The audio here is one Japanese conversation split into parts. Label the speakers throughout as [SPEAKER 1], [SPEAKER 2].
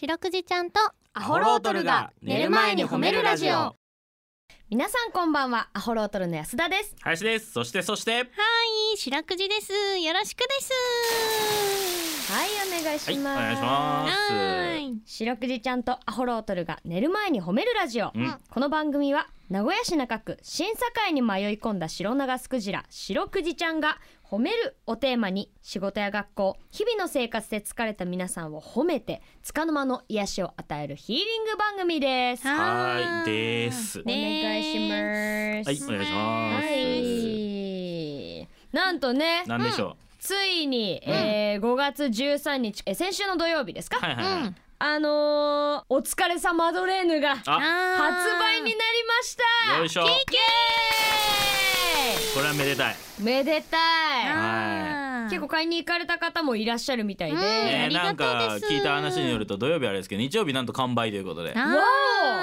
[SPEAKER 1] 白くじちゃんと
[SPEAKER 2] ア
[SPEAKER 3] ホロートルが寝る前に褒めるラジオ
[SPEAKER 2] 皆さんこんばんはアホロートルの安田です
[SPEAKER 3] 林ですそしてそして
[SPEAKER 1] いい白くじですよろしくです
[SPEAKER 2] はいお願いします、
[SPEAKER 3] はいお願いしま
[SPEAKER 1] は
[SPEAKER 3] す
[SPEAKER 1] ーい
[SPEAKER 2] 白くじちゃんとアホロートルが寝る前に褒めるラジオ、
[SPEAKER 3] うん
[SPEAKER 2] この番組は名古屋市中区審査会に迷い込んだ白長スクジラ白くじちゃんが褒めるをテーマに仕事や学校日々の生活で疲れた皆さんを褒めて束の間の癒しを与えるヒーリング番組です
[SPEAKER 1] は
[SPEAKER 3] はーいです
[SPEAKER 2] お願いします
[SPEAKER 3] はいお願いします
[SPEAKER 2] はいなんとね
[SPEAKER 3] なんでしょ
[SPEAKER 2] ついに、えー5月13日、えー先週の土曜日です
[SPEAKER 3] う
[SPEAKER 2] か、
[SPEAKER 3] はいはいはい、
[SPEAKER 1] うん
[SPEAKER 2] あのーお疲れさマドレーヌが発
[SPEAKER 1] あー
[SPEAKER 2] 売になりました
[SPEAKER 3] よいしょ
[SPEAKER 2] イエ
[SPEAKER 3] これはめでたい
[SPEAKER 2] ーイめでたい
[SPEAKER 1] あー
[SPEAKER 2] 結構買いに行かれた方もいらっしゃるみたいで、
[SPEAKER 1] うん
[SPEAKER 3] ね
[SPEAKER 1] ありがと
[SPEAKER 3] な
[SPEAKER 1] うんです
[SPEAKER 3] か聞いた話によると土曜日あれですけど日曜日なんと完売ということで
[SPEAKER 1] あ
[SPEAKER 2] わ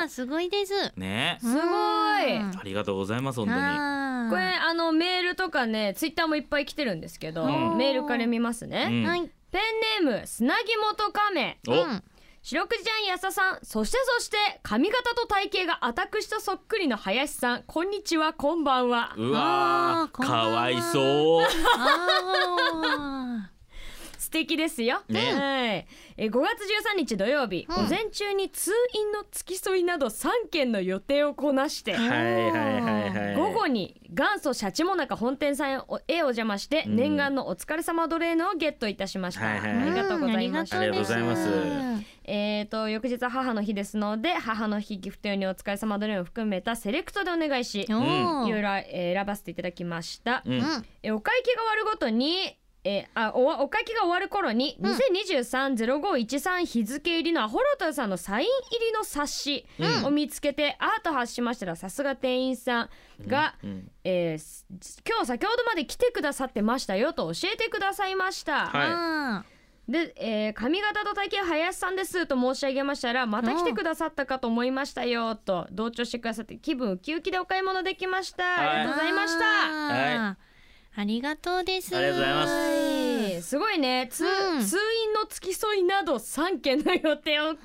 [SPEAKER 1] ー
[SPEAKER 2] お
[SPEAKER 1] すごいです
[SPEAKER 3] ね
[SPEAKER 1] す
[SPEAKER 2] ごい
[SPEAKER 3] ありがとうございます本当に
[SPEAKER 1] あー
[SPEAKER 2] これあのメールとかねツイッターもいっぱい来てるんですけど、
[SPEAKER 3] うん
[SPEAKER 2] メールから見ますね、
[SPEAKER 3] うん
[SPEAKER 1] はい
[SPEAKER 2] ペンネーム砂肝と亀
[SPEAKER 3] お、
[SPEAKER 1] うん
[SPEAKER 2] 白くじちゃん安田さんそしてそして髪型と体型が私とそっくりの林さんこんにちはこんばんは
[SPEAKER 3] うわ
[SPEAKER 1] あー
[SPEAKER 3] ー
[SPEAKER 1] こんばんは
[SPEAKER 3] かわいそう
[SPEAKER 1] あ
[SPEAKER 2] 素敵ですよ、
[SPEAKER 3] ね
[SPEAKER 2] はいえー5月13日土曜日、
[SPEAKER 1] うん
[SPEAKER 2] 午前中に通院の付き添いなど3件の予定をこなして、
[SPEAKER 3] はいはいはいはい
[SPEAKER 2] 午後に元祖シャチモナカ本店さんへおへお邪魔して、
[SPEAKER 3] うん
[SPEAKER 2] 念願のお疲れ様ドレーヌをゲットいたしました、
[SPEAKER 3] はいはい
[SPEAKER 1] ー
[SPEAKER 2] ありがとうございました
[SPEAKER 3] ありがとうございます
[SPEAKER 2] えー、と翌日は母の日ですので母の日ギフト用にお疲れ様ドレーンを含めたセレクトでお願いしいろ
[SPEAKER 1] おー
[SPEAKER 2] いろえー選ばせていただきました、
[SPEAKER 3] うん
[SPEAKER 1] うん
[SPEAKER 2] えーお会計が終わるごとにえーあおわお会計が終わる頃に、
[SPEAKER 1] うん
[SPEAKER 2] 2023-0513日付入りのアホロトルさんのサイン入りの冊子を見つけて、アート発しましたらさすが店員さんが、
[SPEAKER 3] うん
[SPEAKER 2] えーす今日先ほどまで来てくださってましたよと教えてくださいました。
[SPEAKER 3] はい
[SPEAKER 1] あ
[SPEAKER 2] で、えー髪型と体型林さんですと申し上げましたらまた来てくださったかと思いましたよと同調してくださって気分ウキウキでお買い物できました、
[SPEAKER 3] はい
[SPEAKER 2] あり
[SPEAKER 1] ー
[SPEAKER 2] がとうございました
[SPEAKER 1] あーありがとうです
[SPEAKER 3] ありがとうございます
[SPEAKER 2] はいすごいねつ、
[SPEAKER 1] うん
[SPEAKER 2] 通院の付き添いなど3件の予定を
[SPEAKER 1] こ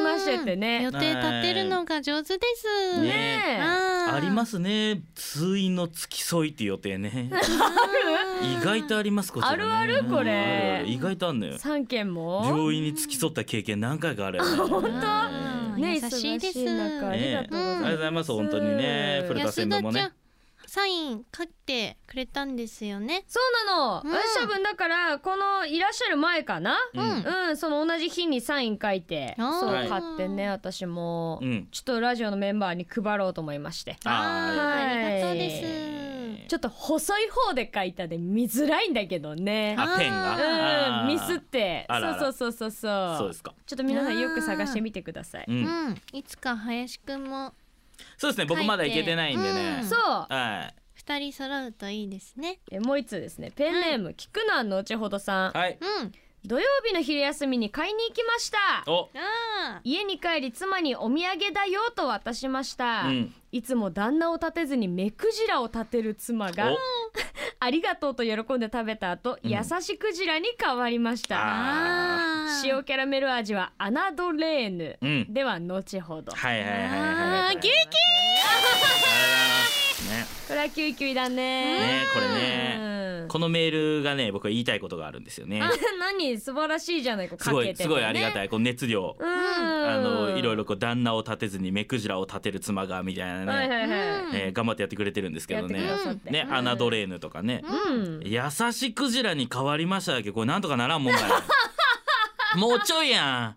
[SPEAKER 2] なしててね
[SPEAKER 1] 予定立てるのが上手です。
[SPEAKER 3] ね
[SPEAKER 2] え
[SPEAKER 1] あ。
[SPEAKER 3] ありますすね通院の付き添いって予定ね
[SPEAKER 1] うん
[SPEAKER 3] 意外とありますこちらね
[SPEAKER 2] あるある
[SPEAKER 3] うん
[SPEAKER 2] これ
[SPEAKER 3] あるある意外とあんのよ
[SPEAKER 2] 3件も
[SPEAKER 3] 病院に付き添った経験何回かあるよね
[SPEAKER 1] 本当
[SPEAKER 2] ね
[SPEAKER 1] 優しいです
[SPEAKER 2] 忙中ありがとうござい
[SPEAKER 1] ね
[SPEAKER 2] ます、
[SPEAKER 1] えありがとう
[SPEAKER 3] ございます本当にね古田
[SPEAKER 1] 安
[SPEAKER 3] 専
[SPEAKER 1] 田ちゃ
[SPEAKER 3] 務も
[SPEAKER 1] ん、
[SPEAKER 3] ね
[SPEAKER 1] サイン書いてくれたんですよね。
[SPEAKER 2] そうなの、
[SPEAKER 1] うん
[SPEAKER 2] 私多分だからこのいらっしゃる前かな
[SPEAKER 3] う
[SPEAKER 1] うん
[SPEAKER 3] ん
[SPEAKER 2] うん、その同じ日にサイン書いて
[SPEAKER 1] あー
[SPEAKER 2] そ
[SPEAKER 3] は
[SPEAKER 2] う
[SPEAKER 3] い
[SPEAKER 2] 買ってね私も、
[SPEAKER 3] うん
[SPEAKER 2] ちょっとラジオのメンバーに配ろうと思いまして
[SPEAKER 3] あ
[SPEAKER 1] あーありがとう
[SPEAKER 3] え
[SPEAKER 1] で
[SPEAKER 3] ー
[SPEAKER 2] ちょっと細い方で書いたで見づらいんだけどね
[SPEAKER 3] あペン
[SPEAKER 2] う
[SPEAKER 3] があー
[SPEAKER 2] んミスって
[SPEAKER 3] あらあら
[SPEAKER 2] そうそうそうそう
[SPEAKER 3] そうですか
[SPEAKER 2] ちょっと皆さんよく探してみてください、
[SPEAKER 3] う
[SPEAKER 1] す。
[SPEAKER 3] ん
[SPEAKER 1] うん、いつか林くんも
[SPEAKER 3] そうですね僕まだ行けてないんでね
[SPEAKER 1] うん
[SPEAKER 2] そう
[SPEAKER 3] はい
[SPEAKER 1] 二人揃うといいですね。
[SPEAKER 2] えもう一つですねペンネーム、菊くなん後ほどさん
[SPEAKER 3] はい
[SPEAKER 1] うん、
[SPEAKER 2] 土曜日の昼休みに買いに行きました
[SPEAKER 3] お
[SPEAKER 1] ああ、
[SPEAKER 2] 家に帰り妻にお土産だよと渡しました、
[SPEAKER 3] うん
[SPEAKER 2] いつも旦那を立てずに目くじらを立てる妻が
[SPEAKER 3] お
[SPEAKER 2] ありがとうと喜んで食べた後、
[SPEAKER 3] うん
[SPEAKER 2] 優しくじらに変わりました
[SPEAKER 3] あ
[SPEAKER 1] あー
[SPEAKER 2] 塩キャラメル味はアナドレーヌ、
[SPEAKER 3] うん
[SPEAKER 2] では後ほどこ
[SPEAKER 3] はいはいはいはい
[SPEAKER 1] あ
[SPEAKER 3] はい
[SPEAKER 1] ー、キュウキュ
[SPEAKER 3] ね
[SPEAKER 2] れはキュイキュイだね
[SPEAKER 3] ねこれ
[SPEAKER 2] うん
[SPEAKER 3] ねこのメールがね僕は言いたいことがあるんですよね
[SPEAKER 2] あ何素晴らしいじゃないか
[SPEAKER 3] すご
[SPEAKER 2] かけ
[SPEAKER 3] い
[SPEAKER 2] てて、ね、
[SPEAKER 3] すごいありがた
[SPEAKER 2] い
[SPEAKER 3] いこの熱量
[SPEAKER 2] うん
[SPEAKER 3] あ
[SPEAKER 2] あ
[SPEAKER 3] のいろいろこう旦那を立てずに目くじらを立てる妻がみたい
[SPEAKER 2] は
[SPEAKER 3] ないね
[SPEAKER 2] はいはい、
[SPEAKER 1] うん
[SPEAKER 3] えー頑張ってやってくれてるんですけ
[SPEAKER 2] や
[SPEAKER 3] ど
[SPEAKER 2] ってく
[SPEAKER 3] ね
[SPEAKER 2] ださって、
[SPEAKER 3] ね
[SPEAKER 2] うん
[SPEAKER 3] アナドレーヌとかね
[SPEAKER 2] うん
[SPEAKER 3] 優しくじらに変わりましただけどこれなんとかならんもんかい もうちょいやん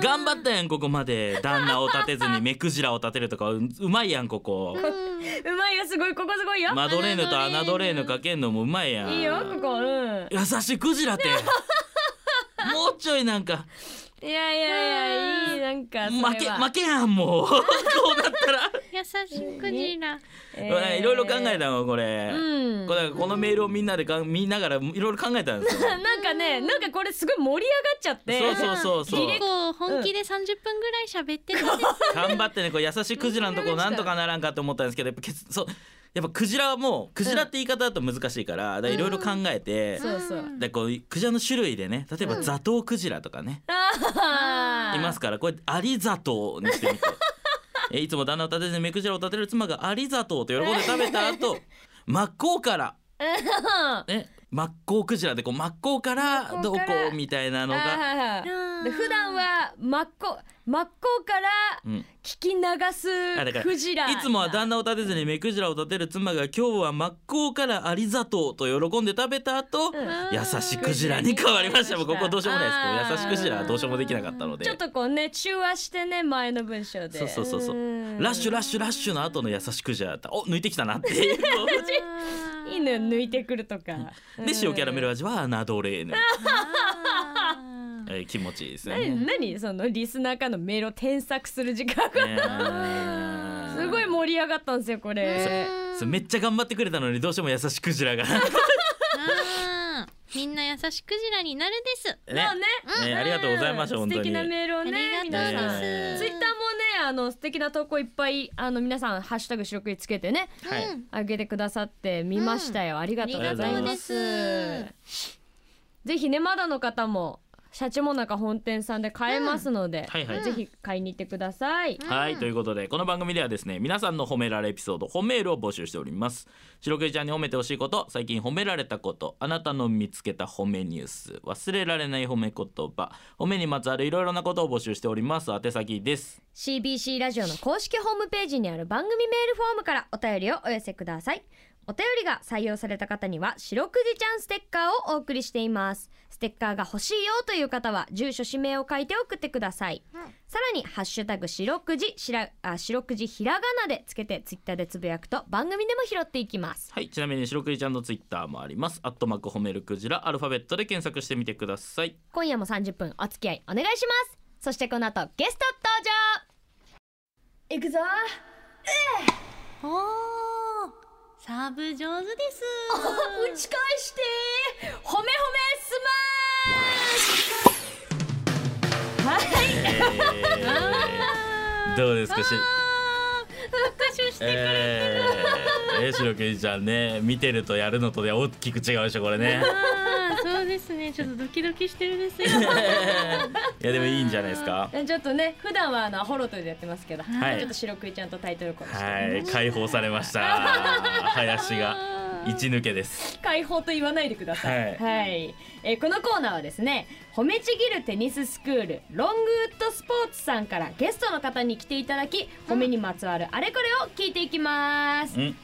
[SPEAKER 3] 頑張ったやんここまで旦那を立てずに目くじらを立てるとかううまいやんここ
[SPEAKER 2] うまいよすごいここすごいよ、
[SPEAKER 3] マドレーヌとアナドレーヌかけんのもうまいやん
[SPEAKER 2] いいよここうん
[SPEAKER 3] 優しくじらってもうちょいなんか
[SPEAKER 2] いやいやいやいいなんかそれは
[SPEAKER 3] 負け負けやん もうこうなったら
[SPEAKER 1] 優しくじら。
[SPEAKER 2] え
[SPEAKER 3] うわ
[SPEAKER 2] ー
[SPEAKER 3] いろいろ考えたのこれ、
[SPEAKER 2] うん
[SPEAKER 3] これこのメールをみんなでか見ながらいろいろ考えたん ですよ
[SPEAKER 2] なんかねなんかこれすごい盛り上がっちゃって
[SPEAKER 3] そうそうそうそう
[SPEAKER 1] 結構本気で三十分ぐらい喋ってるんですよ。
[SPEAKER 3] 頑張ってねこう優しいクジラのところなんとかならんかと思ったんですけどやっぱけつそうやっぱクジラはもうクジラって言い方だと難しいからいろいろ考えて、
[SPEAKER 2] そうそう
[SPEAKER 3] でこうクジラの種類でね例えばザトウクジラとかね、
[SPEAKER 2] あ
[SPEAKER 3] いますからこれ「ありざとう」に してみてえいつも旦那を立てずに目くじらを立てる妻が「ありざとう」と喜んで食べた 後真っ向から、ね、真っ向クジラでこう真っ向からどうこうみたいなのが、
[SPEAKER 2] あーで普段は真っ向真っ向から
[SPEAKER 3] うん、
[SPEAKER 2] 聞き
[SPEAKER 3] あだ
[SPEAKER 2] 流
[SPEAKER 3] か
[SPEAKER 2] す
[SPEAKER 3] ら
[SPEAKER 2] クジラ
[SPEAKER 3] いつもは旦那を立てずに目くじらを立てる妻が今日は真っ向から「ありざとう」と喜んで食べた後、
[SPEAKER 2] うん
[SPEAKER 3] 優しくじらに変わりましたもうここどうしようもないです
[SPEAKER 2] あー
[SPEAKER 3] こう優しくじらはどうしようもできなかったので
[SPEAKER 2] ちょっとこうね中和してね前の文章で
[SPEAKER 3] そうそうそうそう
[SPEAKER 2] うん
[SPEAKER 3] ラッシュラッシュラッシュの後の優しくじゃったお抜いてきたなっていう
[SPEAKER 2] いいのよ抜いてくるとか
[SPEAKER 3] で塩キャラメル味は侮れぬ、
[SPEAKER 1] あー
[SPEAKER 3] えー気持ちいいですよね
[SPEAKER 2] 何何そのリスナーからのメールを添削する時間が
[SPEAKER 3] ねー
[SPEAKER 2] すごい盛り上がったんですよこれ
[SPEAKER 3] そうめっちゃ頑張ってくれたのにどうしても優しくじ らがね
[SPEAKER 1] あーみんな優しくじらになるです。
[SPEAKER 2] まあね
[SPEAKER 3] ねありがとうございました
[SPEAKER 2] 素
[SPEAKER 3] 本当
[SPEAKER 2] 敵
[SPEAKER 3] に
[SPEAKER 2] なメールを
[SPEAKER 1] あ
[SPEAKER 2] ね
[SPEAKER 1] り
[SPEAKER 2] 皆
[SPEAKER 1] がとう
[SPEAKER 2] さん
[SPEAKER 1] で
[SPEAKER 2] ツイ
[SPEAKER 1] す。
[SPEAKER 2] ッターもねあの素敵な投稿いっぱいあの皆さんハッシュタグ白くりつけてね
[SPEAKER 3] はい
[SPEAKER 1] うん
[SPEAKER 2] あげてくださって見ましたよ、ありがとうござい
[SPEAKER 3] ありがとう
[SPEAKER 2] ま
[SPEAKER 1] ですす
[SPEAKER 2] ぜひねまだの方もシャチモナカ本店さんで買えますので、
[SPEAKER 3] はいはい
[SPEAKER 2] ぜひ買いに行ってください、
[SPEAKER 3] はいということでこの番組ではですね皆さんの褒められエピソード褒めールを募集しております白くじちゃんに褒めてほしいこと最近褒められたことあなたの見つけた褒めニュース忘れられない褒め言葉褒めにまつわるいろいろなことを募集しております宛先です
[SPEAKER 2] CBC ラジオの公式ホームページにある番組メールフォームからお便りをお寄せくださいお便りが採用された方には「白くじちゃんステッカー」をお送りしていますステッカーが欲しいよという方は住所氏名を書いて送ってください、さらに「ハッシュタグ白くじ」しらあ「白くじひらがな」でつけてツイッターでつぶやくと番組でも拾っていきます
[SPEAKER 3] はい、ちなみに白クリちゃんのツイッターもあります。アットマーク褒めるクジラアルファベットで検索してみてください。
[SPEAKER 2] 今夜も30分お付き合いお願いしますそしてこの後ゲスト登場いくぞ
[SPEAKER 1] おーサーブ上手です。
[SPEAKER 2] 打ち返して褒め褒めスマッシュはい
[SPEAKER 3] どうですかし、
[SPEAKER 1] あー復習してくれる。
[SPEAKER 3] えー、えー、白クリちゃんね、見てるとやるのとで大きく違うでしょこれね。
[SPEAKER 1] あーそうですね。ちょっとドキドキしてるですよ。
[SPEAKER 3] いやでもいいんじゃないですか。
[SPEAKER 2] えちょっとね普段はあのホロトでやってますけど、
[SPEAKER 3] はい
[SPEAKER 2] ちょっと白クイちゃんとタイトルコールして、
[SPEAKER 3] はい、解放されました。林が一抜けです。
[SPEAKER 2] 解放と言わないでください、
[SPEAKER 3] はい
[SPEAKER 2] えーこのコーナーはですね褒めちぎるテニススクールロングウッドスポーツさんからゲストの方に来ていただき褒めにまつわるあれこれを聞いていきます、
[SPEAKER 3] うん、
[SPEAKER 2] 今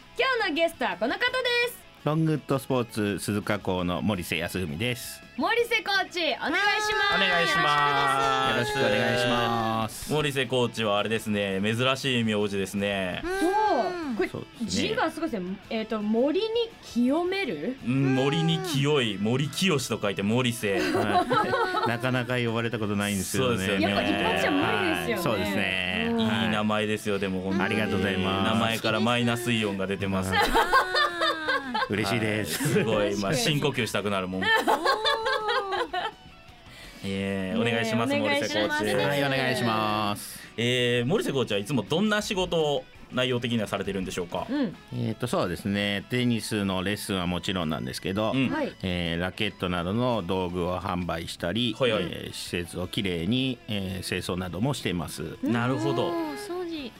[SPEAKER 2] 日のゲストはこの方です
[SPEAKER 4] ロングウッドスポーツ鈴鹿校の森瀬康文です。
[SPEAKER 2] 森瀬コーチお願いし
[SPEAKER 3] お
[SPEAKER 2] ます
[SPEAKER 3] 願いします。
[SPEAKER 4] よろしくお願いします。
[SPEAKER 3] 森瀬コーチはあれですね、珍しい名字ですね。
[SPEAKER 2] そうこれ
[SPEAKER 4] そうですね
[SPEAKER 2] 字がすごいですねえっ、と森に清める
[SPEAKER 3] うん、森に清い森清と書いて森瀬。
[SPEAKER 4] はい なかなか呼ばれたことないんですよ
[SPEAKER 3] そうです
[SPEAKER 4] ね。
[SPEAKER 3] よねやっぱ一般
[SPEAKER 2] じゃ無理ですよね
[SPEAKER 4] はいそうですね。
[SPEAKER 3] いい
[SPEAKER 4] はい
[SPEAKER 3] 名前ですよでも本当に
[SPEAKER 4] ありがとうございます
[SPEAKER 3] 名前からマイナスイオンが出てます。
[SPEAKER 1] あ
[SPEAKER 4] 嬉しいです。
[SPEAKER 3] すごいまあ
[SPEAKER 2] 確かに
[SPEAKER 3] 深呼吸したくなるもん。
[SPEAKER 1] ーおー
[SPEAKER 3] ええお願いします
[SPEAKER 2] ねえ
[SPEAKER 3] 森瀬コ
[SPEAKER 1] お願いし
[SPEAKER 3] ー
[SPEAKER 1] ま
[SPEAKER 3] チ。
[SPEAKER 4] はい、お願いします。
[SPEAKER 3] えー森瀬コーチはいつもどんな仕事を内容的にはされてるんでしょうか。
[SPEAKER 2] うん
[SPEAKER 4] えっ、と、そうですね。テニスのレッスンはもちろんなんですけど。
[SPEAKER 3] うん
[SPEAKER 2] はい
[SPEAKER 4] えーラケットなどの道具を販売したり、
[SPEAKER 3] はいはい
[SPEAKER 4] えー施設をきれいに、えー清掃などもしています。
[SPEAKER 3] なるほど
[SPEAKER 1] お。ー掃除。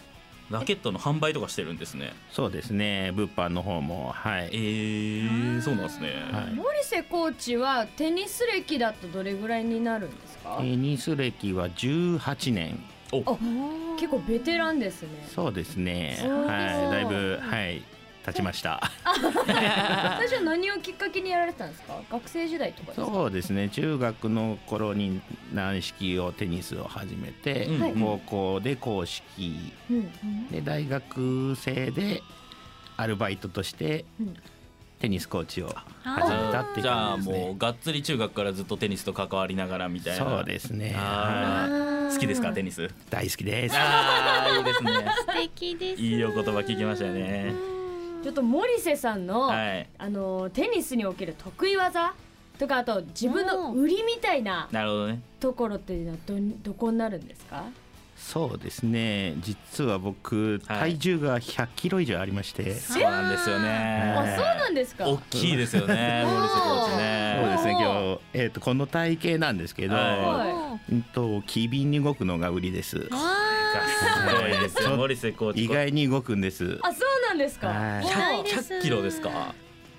[SPEAKER 3] ラケットの販売とかしてるんですね。
[SPEAKER 4] そうですね。物販の方も、は
[SPEAKER 3] え
[SPEAKER 4] い、
[SPEAKER 3] ー、そうなんですね。
[SPEAKER 4] はい
[SPEAKER 2] 森瀬コーチはテニス歴だとどれぐらいになるんですか、
[SPEAKER 4] テニス歴は18年
[SPEAKER 3] お
[SPEAKER 2] あ結構ベテランですね
[SPEAKER 4] そうですね
[SPEAKER 2] そう
[SPEAKER 4] はいだいぶはい経ちま した
[SPEAKER 2] 最初は何をきっかけにやられてたんですか学生時代とかですか
[SPEAKER 4] そうですね中学の頃に軟式をテニスを始めて、
[SPEAKER 3] うんはい
[SPEAKER 4] 高校で硬式
[SPEAKER 2] うん
[SPEAKER 4] で大学生でアルバイトとして
[SPEAKER 2] うん
[SPEAKER 4] テニスコーチを
[SPEAKER 3] あ
[SPEAKER 4] 始めたっていう
[SPEAKER 3] じゃあ
[SPEAKER 4] 感じです
[SPEAKER 3] も
[SPEAKER 4] ね
[SPEAKER 3] うがっつり中学からずっとテニスと関わりながらみたいな。
[SPEAKER 4] そうですね
[SPEAKER 3] あ
[SPEAKER 4] は
[SPEAKER 3] ー好きですかテニ ス。
[SPEAKER 4] い大好きです
[SPEAKER 3] ああいいですね。
[SPEAKER 1] 素敵です。
[SPEAKER 3] いいお言葉聞きましたよね。
[SPEAKER 2] ちょっと森瀬さんの、
[SPEAKER 3] はい。
[SPEAKER 2] あのテニスにおける得意技とかあと自分の売りみたいな
[SPEAKER 3] なるほどね。
[SPEAKER 2] ところっていうのはどんどこになるんですか
[SPEAKER 4] そうですね実は僕
[SPEAKER 3] はい
[SPEAKER 4] 体重が100キロ以上ありまして、
[SPEAKER 3] そうなんですよ
[SPEAKER 2] あ、
[SPEAKER 3] ね
[SPEAKER 2] そうなんですか。
[SPEAKER 3] 大きいですよね
[SPEAKER 2] うん
[SPEAKER 3] 森瀬コーチ
[SPEAKER 4] そ
[SPEAKER 3] ね
[SPEAKER 4] うですね
[SPEAKER 2] おー
[SPEAKER 4] 今日、えー、とこの体型なんですけど、
[SPEAKER 3] は
[SPEAKER 2] は
[SPEAKER 4] うんと機敏に動くのが売りです
[SPEAKER 3] すごいですよ森瀬コーチ
[SPEAKER 4] 意外に動くんです
[SPEAKER 2] あ、そうなんですか。
[SPEAKER 4] はい
[SPEAKER 1] 意外です
[SPEAKER 3] 100キロですか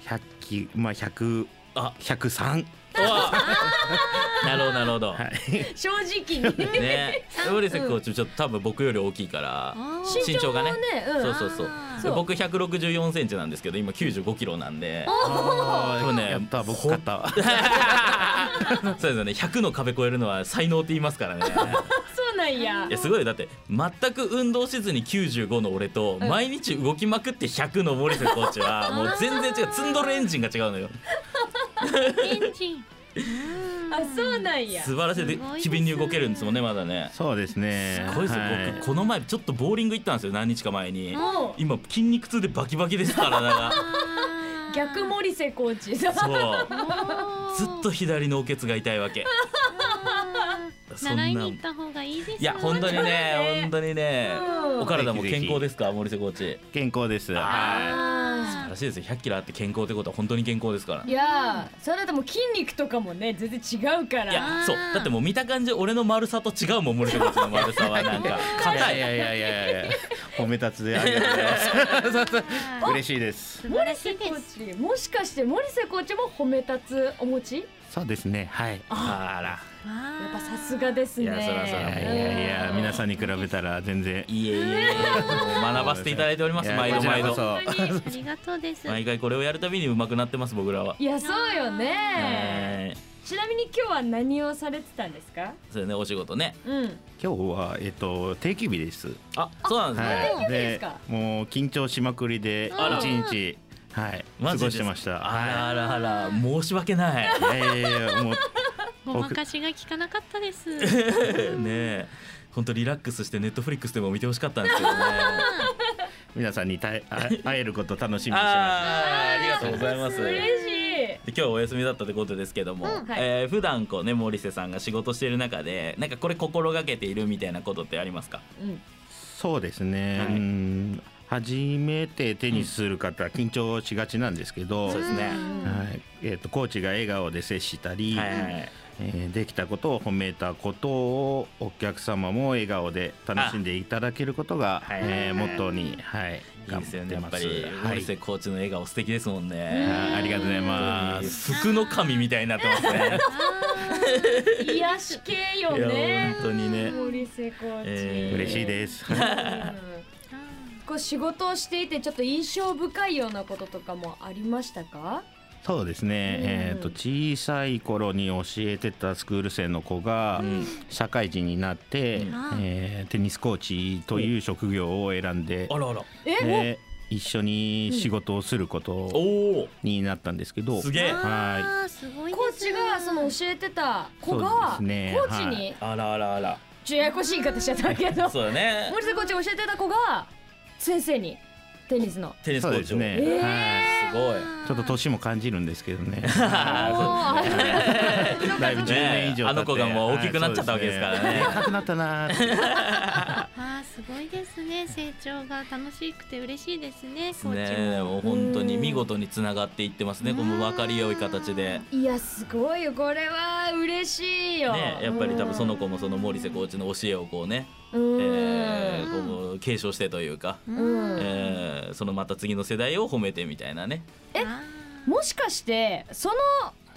[SPEAKER 4] 100キまあ100
[SPEAKER 3] あ
[SPEAKER 4] 103
[SPEAKER 3] うわ なるほどなるほど
[SPEAKER 4] はい
[SPEAKER 2] 正直に。
[SPEAKER 3] ね森瀬コーチちょっと多分僕より大きいから
[SPEAKER 1] あー
[SPEAKER 3] 身長がね
[SPEAKER 2] 身長もね
[SPEAKER 3] そううんそうそう
[SPEAKER 1] あー
[SPEAKER 3] で僕164センチなんですけど今95キロなんで多分ね
[SPEAKER 4] やった僕勝った
[SPEAKER 3] そうですよね100の壁越えるのは才能って言いますからね
[SPEAKER 2] そうなんや
[SPEAKER 3] い。やすごいよだって全く運動せずに95の俺と毎日動きまくって100の森瀬コーチはもう全然違うツンドルエンジンが違うのよ
[SPEAKER 1] エンジン
[SPEAKER 2] あ、そうなんや。
[SPEAKER 3] 素晴らしいです
[SPEAKER 1] ごいです
[SPEAKER 3] 機敏に動けるんですもんねまだね
[SPEAKER 4] そうですね
[SPEAKER 3] こいつ
[SPEAKER 4] はい
[SPEAKER 3] 僕この前ちょっとボーリング行ったんですよ何日か前に
[SPEAKER 2] も
[SPEAKER 3] 今筋肉痛でバキバキです体 が
[SPEAKER 2] う逆森瀬コーチ。
[SPEAKER 3] そうず
[SPEAKER 1] ず
[SPEAKER 3] っと左のおけつが痛いわけそんな
[SPEAKER 1] 習いに
[SPEAKER 3] い
[SPEAKER 1] 行った方がいいです
[SPEAKER 3] や本当にね本当にね
[SPEAKER 2] うん
[SPEAKER 3] お体も
[SPEAKER 4] ぜひぜひ
[SPEAKER 3] 健康ですか森瀬コーチ
[SPEAKER 4] 健康です
[SPEAKER 3] はい
[SPEAKER 2] あ
[SPEAKER 3] らしいですよ100キロあって健康ってことは本当に健康ですから
[SPEAKER 2] ーいやー、それだともう筋肉とかもね、全然違うか
[SPEAKER 3] い
[SPEAKER 2] ら。
[SPEAKER 3] やそうだってもう見た感じ俺の丸さと違うもん森瀬コーチの丸さは なんか硬
[SPEAKER 4] い
[SPEAKER 3] い
[SPEAKER 4] やいやいやいやいや褒め立つでありがとうございます嬉しいです
[SPEAKER 1] 素晴
[SPEAKER 2] 森
[SPEAKER 1] らし
[SPEAKER 2] 瀬
[SPEAKER 1] い
[SPEAKER 2] コ
[SPEAKER 1] です
[SPEAKER 2] ーチ、もしかして森瀬コーチも褒め立つお持ち。や
[SPEAKER 4] そうですねはい
[SPEAKER 3] あら
[SPEAKER 2] っぱさすがですね。
[SPEAKER 3] いやそらそ
[SPEAKER 4] い
[SPEAKER 3] ら
[SPEAKER 4] やいやいや皆さんに比べたら全然
[SPEAKER 3] いえいえいえもう学ばせていただいております
[SPEAKER 4] いや
[SPEAKER 3] 毎度毎
[SPEAKER 4] こちらこ
[SPEAKER 1] 本当
[SPEAKER 3] 度
[SPEAKER 1] にありがとうです
[SPEAKER 3] 毎回これをやるたびに上手くなってます僕らはい
[SPEAKER 2] やそうよ
[SPEAKER 3] は
[SPEAKER 2] ね。
[SPEAKER 3] い
[SPEAKER 2] ちなみに今日は何をされてたんですか？
[SPEAKER 3] それねお仕事ね
[SPEAKER 2] うん。
[SPEAKER 4] 今日はえっと定休日です
[SPEAKER 3] あそうなんですね
[SPEAKER 4] はい
[SPEAKER 2] 定休日ですか
[SPEAKER 4] もう緊張しまくりで一
[SPEAKER 3] あら
[SPEAKER 4] 日はい過
[SPEAKER 3] マジ
[SPEAKER 4] ご
[SPEAKER 3] で
[SPEAKER 4] してました
[SPEAKER 3] あら
[SPEAKER 4] は
[SPEAKER 3] あらあら申し訳ない ね
[SPEAKER 4] いいやいやいやもう
[SPEAKER 1] ごまかしが効かなかったです
[SPEAKER 3] え本当リラックスしてネットフリックスでも見てほしかったんですけど ね
[SPEAKER 4] 皆さんにたいあ会えること楽しみにしてま
[SPEAKER 3] あーありがとうございます
[SPEAKER 2] 嬉
[SPEAKER 3] で
[SPEAKER 2] しい。
[SPEAKER 3] 今日お休みだったってことですけども、
[SPEAKER 2] うんはい
[SPEAKER 3] えー普段こうね森瀬さんが仕事してる中でなんかこれ心がけているみたいなことってありますか
[SPEAKER 2] うん。
[SPEAKER 4] すそうですね、
[SPEAKER 3] はい
[SPEAKER 4] うん初めてテニスする方は緊張しがちなんですけど、
[SPEAKER 3] そうですね
[SPEAKER 4] はいえっとコーチが笑顔で接したり、
[SPEAKER 3] はいはいはい
[SPEAKER 4] えーできたことを褒めたことをお客様も笑顔で楽しんでいただけることが、
[SPEAKER 3] はい
[SPEAKER 4] えー、モットーに、はい、
[SPEAKER 3] いい
[SPEAKER 4] 頑
[SPEAKER 3] です
[SPEAKER 4] 張
[SPEAKER 3] よね
[SPEAKER 4] って
[SPEAKER 3] やっ
[SPEAKER 4] ま
[SPEAKER 3] ぱ
[SPEAKER 4] す。
[SPEAKER 3] り
[SPEAKER 4] は
[SPEAKER 3] 森
[SPEAKER 4] い
[SPEAKER 3] 瀬コーチの笑顔素敵ですもんね
[SPEAKER 4] あありがとうございます。
[SPEAKER 3] 福の神みたいになってますね
[SPEAKER 2] 癒し系よね。
[SPEAKER 3] いや本当にね
[SPEAKER 2] 森瀬コーチ。
[SPEAKER 3] えー
[SPEAKER 4] 嬉しいです。
[SPEAKER 2] うんこう仕事をしていてちょっと印象深いようなこととかもありましたか？
[SPEAKER 4] そうです
[SPEAKER 2] うん
[SPEAKER 4] ね。えっ、と小さい頃に教えてたスクール生の子が
[SPEAKER 3] うん
[SPEAKER 4] 社会人になって、
[SPEAKER 3] うん
[SPEAKER 4] えーテニスコーチという職業を選んで、
[SPEAKER 3] あらあら
[SPEAKER 4] で一緒に仕事をすること
[SPEAKER 3] お
[SPEAKER 4] になったんですけど、
[SPEAKER 3] おすげえ
[SPEAKER 1] はいすごいです
[SPEAKER 2] コーチがその教えてた子が
[SPEAKER 4] そうですね
[SPEAKER 2] コーチ
[SPEAKER 4] は
[SPEAKER 2] に
[SPEAKER 3] あらあらあら
[SPEAKER 2] ちょややこしい言い方しちゃったけ ど、
[SPEAKER 3] そうだね
[SPEAKER 2] 森瀬コーチが教えてた子が先生にテニスの。
[SPEAKER 3] テニス
[SPEAKER 4] そ
[SPEAKER 3] コ
[SPEAKER 4] う
[SPEAKER 3] ー
[SPEAKER 4] です
[SPEAKER 3] チを
[SPEAKER 4] ね。
[SPEAKER 2] えー
[SPEAKER 4] はい。
[SPEAKER 3] すごい
[SPEAKER 4] ちょっと年も感じるんですけど ね。
[SPEAKER 3] あ
[SPEAKER 2] おー
[SPEAKER 4] だいぶ10年以上経って
[SPEAKER 3] あの子がもう大きくなっちゃったわけですからね
[SPEAKER 4] はいそうでかくなったなーって。
[SPEAKER 1] あーすごいですね成長が楽しくて嬉しいですねコ
[SPEAKER 3] そうで
[SPEAKER 1] ー
[SPEAKER 3] す
[SPEAKER 1] チ
[SPEAKER 3] ね
[SPEAKER 1] も
[SPEAKER 3] もう本当に見事につながっていってますねこの分かり良い形で。
[SPEAKER 2] いやすごいよこれは嬉しいよ。
[SPEAKER 3] ね、やっぱり多分その子もその森瀬コーチの教えをこうね、
[SPEAKER 2] うん、
[SPEAKER 3] えーこう継承してというか、
[SPEAKER 2] うん
[SPEAKER 3] えーそのまた次の世代を褒めてみたいなね
[SPEAKER 1] え
[SPEAKER 2] もしかしてその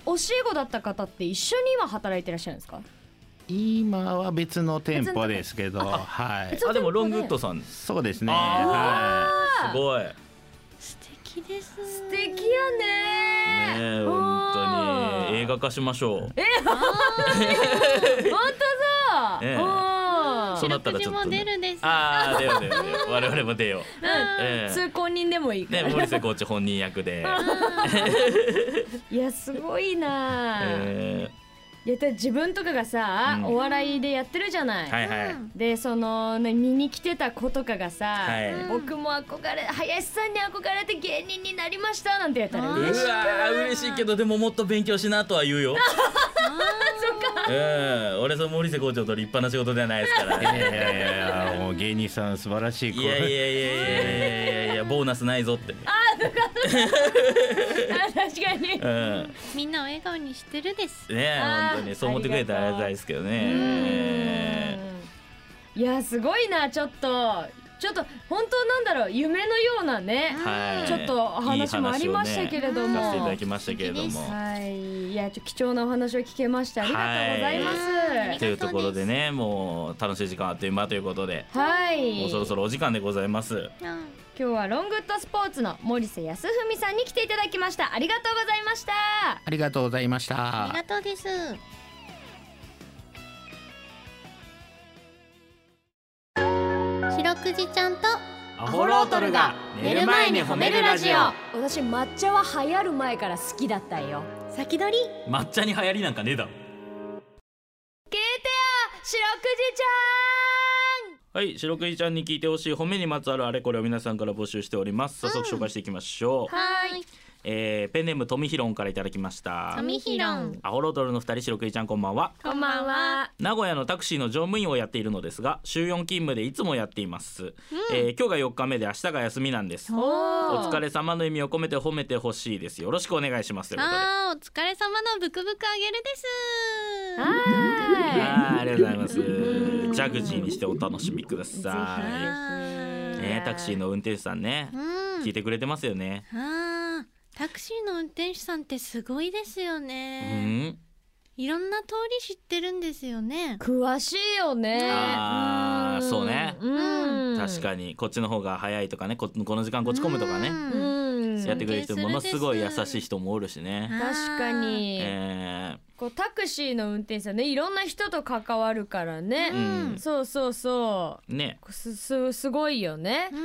[SPEAKER 2] 教え子だった方って一緒に今働いてらっしゃるんですか？
[SPEAKER 4] 今は別の店舗ですけど、
[SPEAKER 3] の
[SPEAKER 4] はい。
[SPEAKER 2] そう
[SPEAKER 3] あでもロングウッドさんす
[SPEAKER 4] そうですね。
[SPEAKER 3] あ
[SPEAKER 4] は
[SPEAKER 3] ごいね
[SPEAKER 1] 素敵です
[SPEAKER 2] 素敵やね
[SPEAKER 3] え本当に映画化しましょう
[SPEAKER 2] 当に本
[SPEAKER 3] ええ
[SPEAKER 2] 当
[SPEAKER 3] そ
[SPEAKER 2] そうう
[SPEAKER 3] なったらちょっと、
[SPEAKER 1] 白くじも出
[SPEAKER 3] ね、
[SPEAKER 1] るです
[SPEAKER 3] ああ出よう出よう出よう我々も出よう
[SPEAKER 2] うん
[SPEAKER 3] ええ
[SPEAKER 2] 通行人でもいいか
[SPEAKER 3] ね、
[SPEAKER 2] ら
[SPEAKER 3] 森瀬コーチ本人役で、
[SPEAKER 2] いやすごいな
[SPEAKER 3] え
[SPEAKER 2] いやだって自分とかがさ
[SPEAKER 3] うん
[SPEAKER 2] お笑いでやってるじゃな
[SPEAKER 3] ー
[SPEAKER 2] い
[SPEAKER 3] はいはい、
[SPEAKER 2] でそのね見に来てた子とかがさ
[SPEAKER 3] はい
[SPEAKER 2] 僕も憧れ林さんに憧れて芸人になりましたなんてやったら
[SPEAKER 3] うわ
[SPEAKER 2] 嬉しい
[SPEAKER 3] ー嬉しいけどでももっと勉強しなとは言うよ
[SPEAKER 1] そっか
[SPEAKER 3] うん、俺と森瀬校長と立派な仕事じゃないですから
[SPEAKER 4] い
[SPEAKER 3] ね。
[SPEAKER 4] やいやいやもう芸人さん素晴らしい
[SPEAKER 3] いやいやいやいやいやいやいや、ボーナスないぞ って。
[SPEAKER 2] 確かに
[SPEAKER 3] うん、
[SPEAKER 1] みんなを笑顔にしてるです
[SPEAKER 3] ね、
[SPEAKER 2] あー
[SPEAKER 3] 本当にそう思ってくれたらありがたいですけど
[SPEAKER 2] う
[SPEAKER 3] ね。
[SPEAKER 2] んいやすごいなちょっとちょっと本当なんだろう夢のようなね、
[SPEAKER 3] はい。
[SPEAKER 2] ちょっと話もありましたけれども
[SPEAKER 3] いい話をねさせていただきましたけれど
[SPEAKER 1] 素敵
[SPEAKER 3] も。
[SPEAKER 2] はいいやちょ貴重なお話を聞けましたありがとうございます
[SPEAKER 1] はい
[SPEAKER 3] というところでね、もう楽しい時間あっという間ということで、
[SPEAKER 2] はい、
[SPEAKER 3] もうそろそろお時間でございます。
[SPEAKER 1] うん
[SPEAKER 2] 今日はロングッドスポーツの森瀬康文さんに来ていただきましたありがとうございました
[SPEAKER 4] ありがとうございまし
[SPEAKER 1] あ
[SPEAKER 4] た
[SPEAKER 1] りがとうです白くじちゃんと
[SPEAKER 3] ア
[SPEAKER 1] ホロートルが寝る前に褒めるラジオ
[SPEAKER 2] 私抹茶は流行る前から好きだったよ
[SPEAKER 1] 先取り
[SPEAKER 3] 抹茶に流行りなんかねえだろ
[SPEAKER 2] 聞いてよ白くじちゃん
[SPEAKER 3] はい白クイちゃんに聞いてほしい褒めにまつわるあれこれを皆さんから募集しております早速紹介していきましょう、
[SPEAKER 2] はい
[SPEAKER 3] えーペンネームトミヒロンからいただきました
[SPEAKER 1] トミヒロン
[SPEAKER 3] アホロートルの二人白クイちゃんこんばんは
[SPEAKER 2] こんばんは
[SPEAKER 3] 名古屋のタクシーの乗務員をやっているのですが週4勤務でいつもやっています、えー今日が4日目で明日が休みなんですお
[SPEAKER 2] お
[SPEAKER 3] 疲れ様の意味を込めて褒めてほしいですよろしくお願いしますということで
[SPEAKER 1] あーお疲れ様のブクブクあげるです
[SPEAKER 3] あ
[SPEAKER 2] は
[SPEAKER 3] ーありがとうございますジャグジーにしてお楽しみください
[SPEAKER 1] は
[SPEAKER 3] ねタクシーの運転手さんね、
[SPEAKER 1] うん
[SPEAKER 3] 聞いてくれてますよね。
[SPEAKER 1] あータクシーの運転手さんってすごいですよ
[SPEAKER 3] う
[SPEAKER 1] ね、
[SPEAKER 3] ん、
[SPEAKER 1] いろんな通り知ってるんですよね
[SPEAKER 2] 詳しいよね
[SPEAKER 3] あーそうね
[SPEAKER 2] うん
[SPEAKER 3] 確かにこっちの方が早いとかねここの時間こっち込むとかね、
[SPEAKER 1] うん
[SPEAKER 2] うん
[SPEAKER 3] やってくれる人ものすごい優しい人もおるしね。
[SPEAKER 2] 確かに、
[SPEAKER 3] え
[SPEAKER 2] こうタクシーの運転手さんねいろんな人と関わるからね、
[SPEAKER 3] ーうん、
[SPEAKER 2] そうそうそ
[SPEAKER 3] ね
[SPEAKER 2] うすすすごいよね
[SPEAKER 1] う、、
[SPEAKER 3] う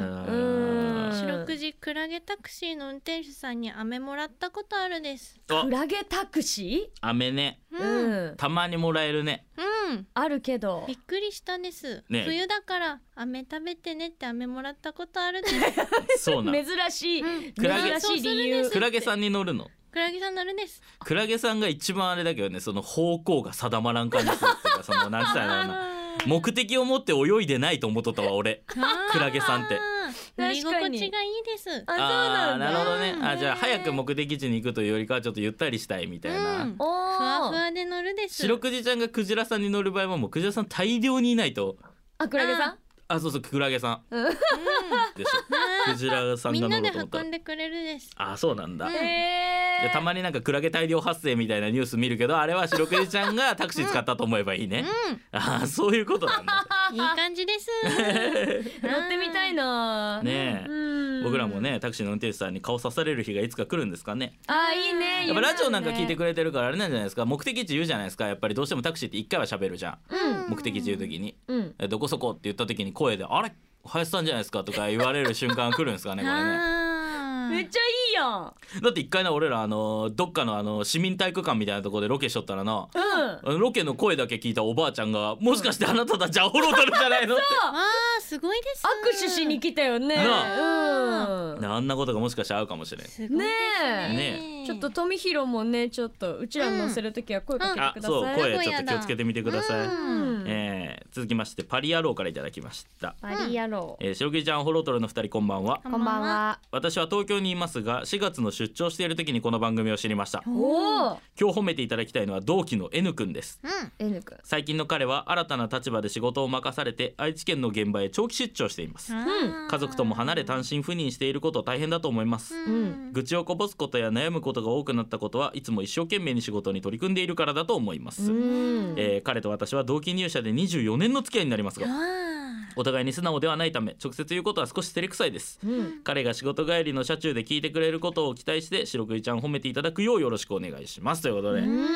[SPEAKER 3] ん
[SPEAKER 2] うん
[SPEAKER 1] 白くじクラゲタクシーの運転手さんに飴もらったことあるです
[SPEAKER 3] あ
[SPEAKER 2] クラゲタクシ
[SPEAKER 3] 飴ね
[SPEAKER 1] う
[SPEAKER 2] ー、
[SPEAKER 1] ん、うん
[SPEAKER 2] うん、
[SPEAKER 3] たまにもらえるね
[SPEAKER 2] あるけど
[SPEAKER 1] びっくりしたです、
[SPEAKER 3] ね
[SPEAKER 1] 冬だから飴食べてねって飴もらったことあるです
[SPEAKER 3] そう なん
[SPEAKER 2] 珍しい、
[SPEAKER 1] うん
[SPEAKER 3] クラゲ
[SPEAKER 2] 珍しい理由
[SPEAKER 1] そう
[SPEAKER 3] クラゲさんに乗るの
[SPEAKER 1] クラゲさんなるです
[SPEAKER 3] クラゲさんが一番あれだけどねその方向が定まらん感じするっていうかそのなんつったらいいのかな
[SPEAKER 1] あ
[SPEAKER 3] 目的を持って泳いでないと思っとったわ俺。
[SPEAKER 1] ー
[SPEAKER 3] クラゲさんって
[SPEAKER 1] 乗り
[SPEAKER 2] 確か
[SPEAKER 1] 心
[SPEAKER 2] に
[SPEAKER 1] 地がいいです
[SPEAKER 2] あそう
[SPEAKER 3] あ
[SPEAKER 2] な
[SPEAKER 3] ー
[SPEAKER 2] ん
[SPEAKER 3] な
[SPEAKER 2] だ
[SPEAKER 3] るほどねあじゃあ
[SPEAKER 1] ね
[SPEAKER 3] 早く目的地に行くというよりかはちょっとゆったりしたいみたいな、
[SPEAKER 1] うん
[SPEAKER 2] お
[SPEAKER 1] ふわふ
[SPEAKER 2] ー
[SPEAKER 1] わで乗るです
[SPEAKER 3] 白くじちゃんがクジラさんに乗る場合はもうクジラさん大量にいないと
[SPEAKER 2] あクラゲさん
[SPEAKER 3] あそうそうクラゲさん
[SPEAKER 1] う
[SPEAKER 3] でしょクジラさ
[SPEAKER 1] ん、
[SPEAKER 3] ん
[SPEAKER 1] み
[SPEAKER 3] が
[SPEAKER 1] ん
[SPEAKER 3] 乗
[SPEAKER 1] な
[SPEAKER 3] る
[SPEAKER 1] で
[SPEAKER 3] と思ったら
[SPEAKER 1] 運んでくれるです
[SPEAKER 3] あそうなんだ、
[SPEAKER 1] うん
[SPEAKER 3] い
[SPEAKER 2] え
[SPEAKER 3] やたまになんかクラゲ大量発生みたいなニュース見るけどあれは白くじちゃんがタクシー使ったと思えばいいね、あーそういうことなんだ
[SPEAKER 1] いい感じです
[SPEAKER 2] 乗ってみたいな
[SPEAKER 3] ねえ
[SPEAKER 2] うん
[SPEAKER 3] 僕らもねタクシーの運転手さんに顔刺される日がいつか来るんですかね
[SPEAKER 2] あーいいね
[SPEAKER 3] やっぱラジオなんか聞いて
[SPEAKER 2] く
[SPEAKER 3] くれてるからあれなんじゃないですか目的地言うじゃないですかやっぱりどうしてもタクシーって一回は喋るじゃん
[SPEAKER 2] うん
[SPEAKER 3] 目的地言う時に
[SPEAKER 2] うん
[SPEAKER 3] えどこそこって言った時に声で「あれ林さんじゃないですか」とか言われる瞬間来るんですかねこれね。
[SPEAKER 1] あ
[SPEAKER 2] めっちゃいいやん
[SPEAKER 3] だって一回な俺らあのどっかのあの市民体育館みたいなところでロケしとったらな
[SPEAKER 2] うん
[SPEAKER 3] あのロケの声だけ聞いたおばあちゃんが「もしかしてあなたたちアホロータルじゃ ないの?」って
[SPEAKER 1] あーすごいです
[SPEAKER 2] 握手しに来たよね。
[SPEAKER 1] な
[SPEAKER 2] うん
[SPEAKER 3] ねあんなことがもしかして合うかもしれん。
[SPEAKER 1] すごいですね
[SPEAKER 3] ね
[SPEAKER 2] ちょっと富弘もね、ちょっとうちら乗せるときは声かけ
[SPEAKER 1] ん
[SPEAKER 3] あ
[SPEAKER 2] てください。
[SPEAKER 3] そう
[SPEAKER 1] すご
[SPEAKER 3] 声
[SPEAKER 1] い
[SPEAKER 3] ちょっ
[SPEAKER 1] や
[SPEAKER 3] と
[SPEAKER 1] だ
[SPEAKER 3] 気をつけてみてください。
[SPEAKER 2] うん
[SPEAKER 3] えー続きましてパリ野郎からいただきました。
[SPEAKER 2] バリ野郎。
[SPEAKER 3] えー、白木ちゃんホロートルの二人こんばんは。
[SPEAKER 1] こんばんは
[SPEAKER 3] 私は東京にいますが4月の出張している時にこの番組を知りました。
[SPEAKER 2] おお、
[SPEAKER 3] 今日褒めていただきたいのは同期の N 君です。
[SPEAKER 1] うん、
[SPEAKER 2] N くん。
[SPEAKER 3] 最近の彼は新たな立場で仕事を任されて愛知県の現場へ長期出張しています
[SPEAKER 1] うん
[SPEAKER 3] 家族とも離れ単身赴任していること大変だと思います
[SPEAKER 1] うん
[SPEAKER 3] 愚痴をこぼすことや悩むことが多くなったことはいつも一生懸命に仕事に取り組んでいるからだと思います、
[SPEAKER 2] うん。
[SPEAKER 3] えー彼と私は同期入社で24年の付き合いになりますが
[SPEAKER 1] あ
[SPEAKER 3] お互いに素直ではないため直接言うことは少し照れくさいです
[SPEAKER 2] うん。
[SPEAKER 3] 彼が仕事帰りの車中で聞いてくれることを期待して白クイちゃんを褒めていただくようよろしくお願いしますということで、
[SPEAKER 1] ー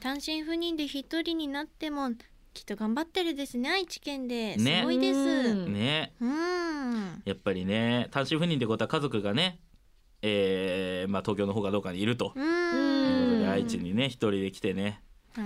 [SPEAKER 1] 単身赴任で一人になってもきっと頑張ってるですね愛知県で、
[SPEAKER 3] ね
[SPEAKER 1] すごいです
[SPEAKER 2] うん
[SPEAKER 3] ね
[SPEAKER 1] うん
[SPEAKER 3] やっぱりね単身赴任ってことは家族がね、えーまあ、東京の方かどうかにいると、
[SPEAKER 1] うん
[SPEAKER 3] ということで
[SPEAKER 2] うん
[SPEAKER 3] 愛知にね一人で来てね
[SPEAKER 1] あー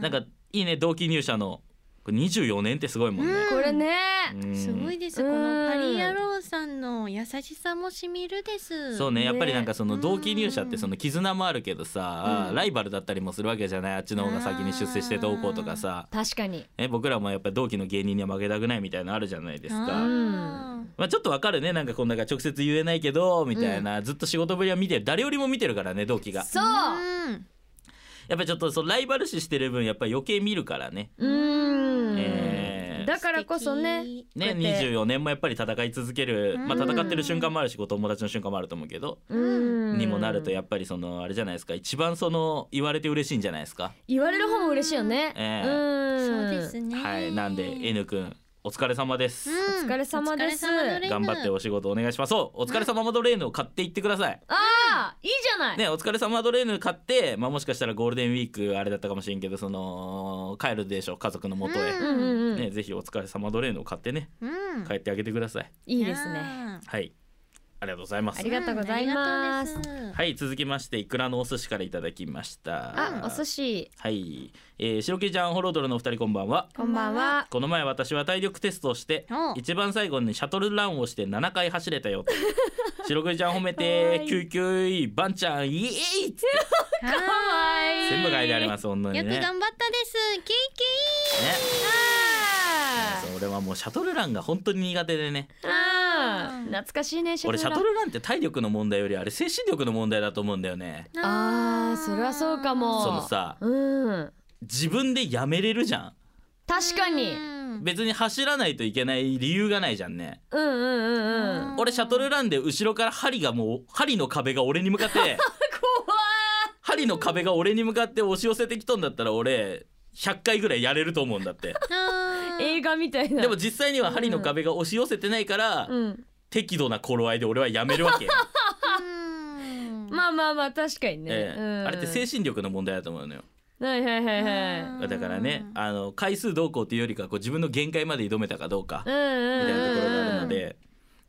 [SPEAKER 3] なんかいいね同期入社のこれ24年ってすごいもんね。
[SPEAKER 1] うん
[SPEAKER 2] これね、
[SPEAKER 3] うん
[SPEAKER 1] すごいです
[SPEAKER 2] うん
[SPEAKER 1] このパリ野郎さんの優しさもしみるです
[SPEAKER 3] そうねやっぱりなんかその
[SPEAKER 1] ね
[SPEAKER 3] 同期入社ってその絆もあるけどさ、
[SPEAKER 2] うん
[SPEAKER 3] ライバルだったりもするわけじゃないあっちの方が先に出世してどうこうとかさ、
[SPEAKER 2] 確かに
[SPEAKER 3] ね、僕らもやっぱり同期の芸人には負けたくないみたいなのあるじゃないです
[SPEAKER 1] あ
[SPEAKER 3] か。
[SPEAKER 1] ー
[SPEAKER 2] うん
[SPEAKER 3] まあ、ちょっとわかるねなんかこんなんか直接言えないけどみたいな、ずっと仕事ぶりは見てる誰よりも見てるからね同期が
[SPEAKER 2] そう
[SPEAKER 1] うん
[SPEAKER 3] やっぱりちょっとそのライバル視してる分やっぱり余計見るからね
[SPEAKER 2] うん、
[SPEAKER 3] えー
[SPEAKER 2] だからこそね
[SPEAKER 1] 素敵
[SPEAKER 3] ね
[SPEAKER 2] こうやって
[SPEAKER 3] 24年もやっぱり戦い続ける、まあ、
[SPEAKER 1] うん
[SPEAKER 3] 戦ってる瞬間もあるしお友達の瞬間もあると思うけど、
[SPEAKER 2] うん
[SPEAKER 3] にもなるとやっぱりそのあれじゃないですか一番その言われて嬉しいんじゃないですか、
[SPEAKER 2] 言われる方も嬉しいよね、
[SPEAKER 3] ええ
[SPEAKER 1] そう
[SPEAKER 2] うん
[SPEAKER 1] ですね
[SPEAKER 3] はいなんで N 君お疲れ様です、
[SPEAKER 1] うん
[SPEAKER 2] お疲れ様です
[SPEAKER 1] お疲れ様のレイ
[SPEAKER 3] 頑
[SPEAKER 1] 君
[SPEAKER 3] 張ってお仕事お願いしますそうお疲れ様マドレーヌを買っていってください
[SPEAKER 2] ああいいじゃない、
[SPEAKER 3] ね、お疲れ様ドレーヌ買って、まあ、もしかしたらゴールデンウィークあれだったかもしれんけどその帰るでしょ家族の元へ、
[SPEAKER 2] うんうんうん、
[SPEAKER 3] ね、ぜひお疲れ様ドレーヌを買ってね
[SPEAKER 1] うん
[SPEAKER 3] 帰ってあげてください
[SPEAKER 2] いいですね
[SPEAKER 3] はいありがとうございま
[SPEAKER 2] あ
[SPEAKER 3] す
[SPEAKER 2] りがとうございます
[SPEAKER 1] うんありが とうです
[SPEAKER 3] はい続きましていくらのお寿司からいただきました
[SPEAKER 2] あお寿司
[SPEAKER 3] はい、えー、白木ちゃんホロドロのお二人こんばんは
[SPEAKER 2] こんばんは
[SPEAKER 3] この前私は体力テストをして
[SPEAKER 1] お
[SPEAKER 3] 一番最後にシャトルランをして7回走れた よと白木ちゃん褒めて
[SPEAKER 2] かわいい
[SPEAKER 3] 救急医バンちゃんイエーイって
[SPEAKER 1] かわい
[SPEAKER 3] 全部書いてあります本当に
[SPEAKER 1] よく
[SPEAKER 3] ね
[SPEAKER 1] 頑張ったですキイ
[SPEAKER 3] ね
[SPEAKER 2] あ
[SPEAKER 3] そう俺はもうシャトルランが本当に苦手でね
[SPEAKER 2] ーあー懐かしいねシャト
[SPEAKER 3] 俺
[SPEAKER 2] ル
[SPEAKER 3] シャトルランって体力の問題よりあれ精神力の問題だと思うんだよね
[SPEAKER 1] キイ
[SPEAKER 2] あーそりゃそうかも
[SPEAKER 3] そのさ
[SPEAKER 2] うん
[SPEAKER 3] 自分でやめれるじゃ
[SPEAKER 2] 確かに
[SPEAKER 1] うん
[SPEAKER 3] ん 別に走らないといけない理由がないじゃんね
[SPEAKER 2] うんうんうんうん
[SPEAKER 1] うん
[SPEAKER 3] 俺シャトルランで後ろから針がもう針の壁が俺に向かって針の壁が俺に向かって押し寄せてきとんだったら俺100回ぐらいやれると思うんだ って
[SPEAKER 1] あー
[SPEAKER 2] 映画みたいな
[SPEAKER 3] でも実際には針の壁が押し寄せてないから、
[SPEAKER 2] うん
[SPEAKER 3] 適度な頃合いで俺はやめる わけ、
[SPEAKER 1] うん
[SPEAKER 2] まあまあまあ確かにね、
[SPEAKER 3] ええ
[SPEAKER 2] うん
[SPEAKER 3] あれって精神力の問題だと思うのよ
[SPEAKER 2] はいはいはいはい
[SPEAKER 1] うん
[SPEAKER 3] だからね
[SPEAKER 1] うん
[SPEAKER 3] あの回数どうこうっていうよりかこう自分の限界まで挑めたかどうか
[SPEAKER 2] う
[SPEAKER 3] み
[SPEAKER 2] ん
[SPEAKER 3] たい
[SPEAKER 2] う
[SPEAKER 3] な
[SPEAKER 2] ん
[SPEAKER 3] ところがあ
[SPEAKER 2] うん
[SPEAKER 3] るので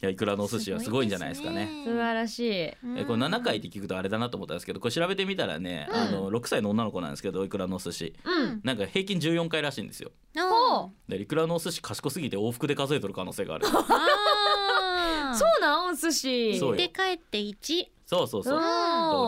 [SPEAKER 3] いやいくらのお寿司はすごいんじゃないですかね。
[SPEAKER 2] 素晴らしい
[SPEAKER 1] うん
[SPEAKER 3] えこれ7回って聞くとあれだなと思ったんですけどこれ調べてみたらね、
[SPEAKER 2] うん
[SPEAKER 3] あの6歳の女の子なんですけどいくらのお寿司
[SPEAKER 2] うん
[SPEAKER 3] なんか平均14回らしいんですよ
[SPEAKER 1] おー
[SPEAKER 3] でいくらのお寿司賢すぎて往復で数えとる可能性がある
[SPEAKER 1] あー
[SPEAKER 2] そうなんお寿司
[SPEAKER 3] そうよ
[SPEAKER 1] で帰って一。
[SPEAKER 3] そうそうそう
[SPEAKER 2] お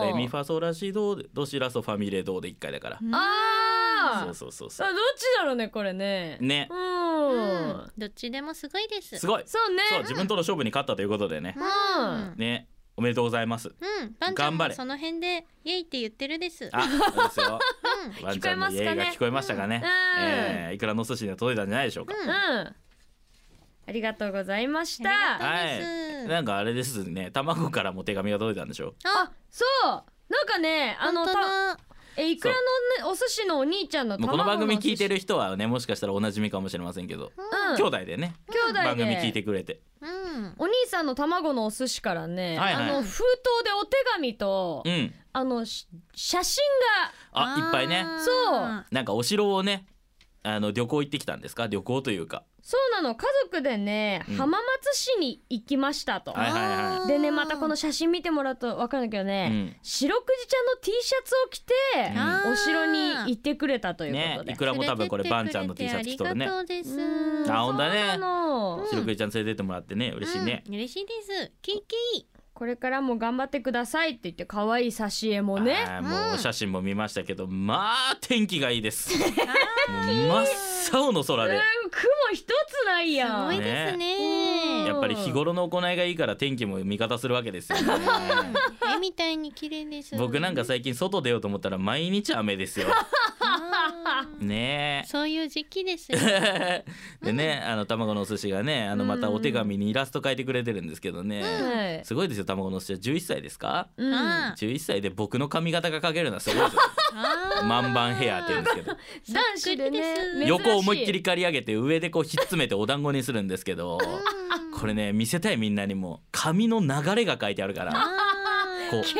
[SPEAKER 3] ド
[SPEAKER 2] ー
[SPEAKER 3] レミファソラシドでドシラソファミレドで1回だから
[SPEAKER 2] あ
[SPEAKER 3] そ
[SPEAKER 2] ー
[SPEAKER 3] うそうそうそ
[SPEAKER 2] さあどっちだろうねこれね
[SPEAKER 3] うね
[SPEAKER 2] うん、
[SPEAKER 1] うんどっちでもすごいです。
[SPEAKER 3] すごい
[SPEAKER 2] そうね
[SPEAKER 3] そう自分との勝負に勝ったということでね
[SPEAKER 1] うん。
[SPEAKER 3] ねおめでとうございます
[SPEAKER 1] うん、バンちゃん
[SPEAKER 3] 頑張
[SPEAKER 1] も
[SPEAKER 3] れ
[SPEAKER 1] その辺でイエイって言ってるです。
[SPEAKER 3] あ、そうですよ。
[SPEAKER 1] うん、
[SPEAKER 3] ワンちゃんの家が聞こえましたかね。
[SPEAKER 2] 聞こえますかね
[SPEAKER 3] えーいくらのお寿司には届いたんじゃないでしょうか。
[SPEAKER 1] うん、
[SPEAKER 2] うんありがとうございました
[SPEAKER 1] ありがとう
[SPEAKER 3] はい。なんかあれですね。卵からも手紙が届いたんでしょう。
[SPEAKER 1] あ、
[SPEAKER 2] そうなんかねあ
[SPEAKER 1] あの、
[SPEAKER 2] の
[SPEAKER 1] 本当
[SPEAKER 2] た
[SPEAKER 1] だ
[SPEAKER 2] えいくらのねお寿司のお兄ちゃんの
[SPEAKER 3] もうこ
[SPEAKER 2] 卵
[SPEAKER 3] の番組
[SPEAKER 2] お寿司
[SPEAKER 3] 聞いてる人はね、もしかしたらおなじみかもしれませんけど、
[SPEAKER 2] うん
[SPEAKER 3] 兄弟でね、
[SPEAKER 2] 兄弟で
[SPEAKER 3] 番組聞いてくれて。
[SPEAKER 1] うん、
[SPEAKER 2] お兄さんの卵のお寿司からね、
[SPEAKER 3] はいはい
[SPEAKER 2] あの封筒でお手紙と、
[SPEAKER 3] うん。
[SPEAKER 2] あのし写真
[SPEAKER 3] あ、いっぱいね
[SPEAKER 1] あ。ー
[SPEAKER 2] そう
[SPEAKER 3] なんかお城をね、あの旅行行ってきたんですか。旅行というか。
[SPEAKER 2] がそうなの家族でね、
[SPEAKER 3] うん
[SPEAKER 2] 浜松市に行きましたと、
[SPEAKER 3] はいはいは
[SPEAKER 2] でねまたこの写真見てもらうと分かるんだけど
[SPEAKER 3] う
[SPEAKER 2] ね、
[SPEAKER 3] ん。
[SPEAKER 2] 白くじちゃんの T シャツを着て、
[SPEAKER 3] あ
[SPEAKER 1] ー
[SPEAKER 2] お城に行ってくれたという
[SPEAKER 3] ね
[SPEAKER 2] こと、で、
[SPEAKER 3] いくらも多分これバンちゃんの T シャツ着とるね
[SPEAKER 1] あり。がとうです。
[SPEAKER 2] う
[SPEAKER 3] あほんとだね
[SPEAKER 2] そうなの
[SPEAKER 3] 白くじちゃん連れてってもらってね、嬉しいね。
[SPEAKER 1] うん嬉しいです。キイキイ。
[SPEAKER 2] これからも頑張ってくださいって言って可愛い挿絵もね
[SPEAKER 3] あーもうお写真も見ましたけど、まあ天気がいいです。もう真っ青の
[SPEAKER 2] う
[SPEAKER 3] 空
[SPEAKER 2] ん
[SPEAKER 3] で。
[SPEAKER 2] 雲一つない
[SPEAKER 1] す
[SPEAKER 2] や
[SPEAKER 1] ご
[SPEAKER 2] ん
[SPEAKER 1] いですね。
[SPEAKER 3] やっぱり日頃の行いがいいから天気も味方するわけですよね。
[SPEAKER 1] 絵みたいに綺麗です。
[SPEAKER 3] 僕なんか最近外出ようと思ったら毎日雨ですよ。
[SPEAKER 1] あー
[SPEAKER 3] ね
[SPEAKER 1] そういう時期ですよ。
[SPEAKER 3] え。でね、あの卵のお寿司がね、あのまたお手紙にイラスト書いてくれてるんですけどね。
[SPEAKER 2] はい
[SPEAKER 3] すごいですよ、卵のお寿司は11歳ですか
[SPEAKER 2] うん
[SPEAKER 1] あー
[SPEAKER 3] ?11 歳で僕の髪型が描けるのはすごいです よ。
[SPEAKER 1] あー
[SPEAKER 3] 万番ヘアって言うんですけど。
[SPEAKER 2] 男子でね
[SPEAKER 1] そっくりです
[SPEAKER 2] 珍し
[SPEAKER 3] 横を思いっきり刈り上げて上でこうひっつめてお団子にするんですけど。
[SPEAKER 1] うん
[SPEAKER 3] これね見せたいみんなにも髪の流れが書いてあるから
[SPEAKER 1] あー
[SPEAKER 3] こう
[SPEAKER 2] 毛流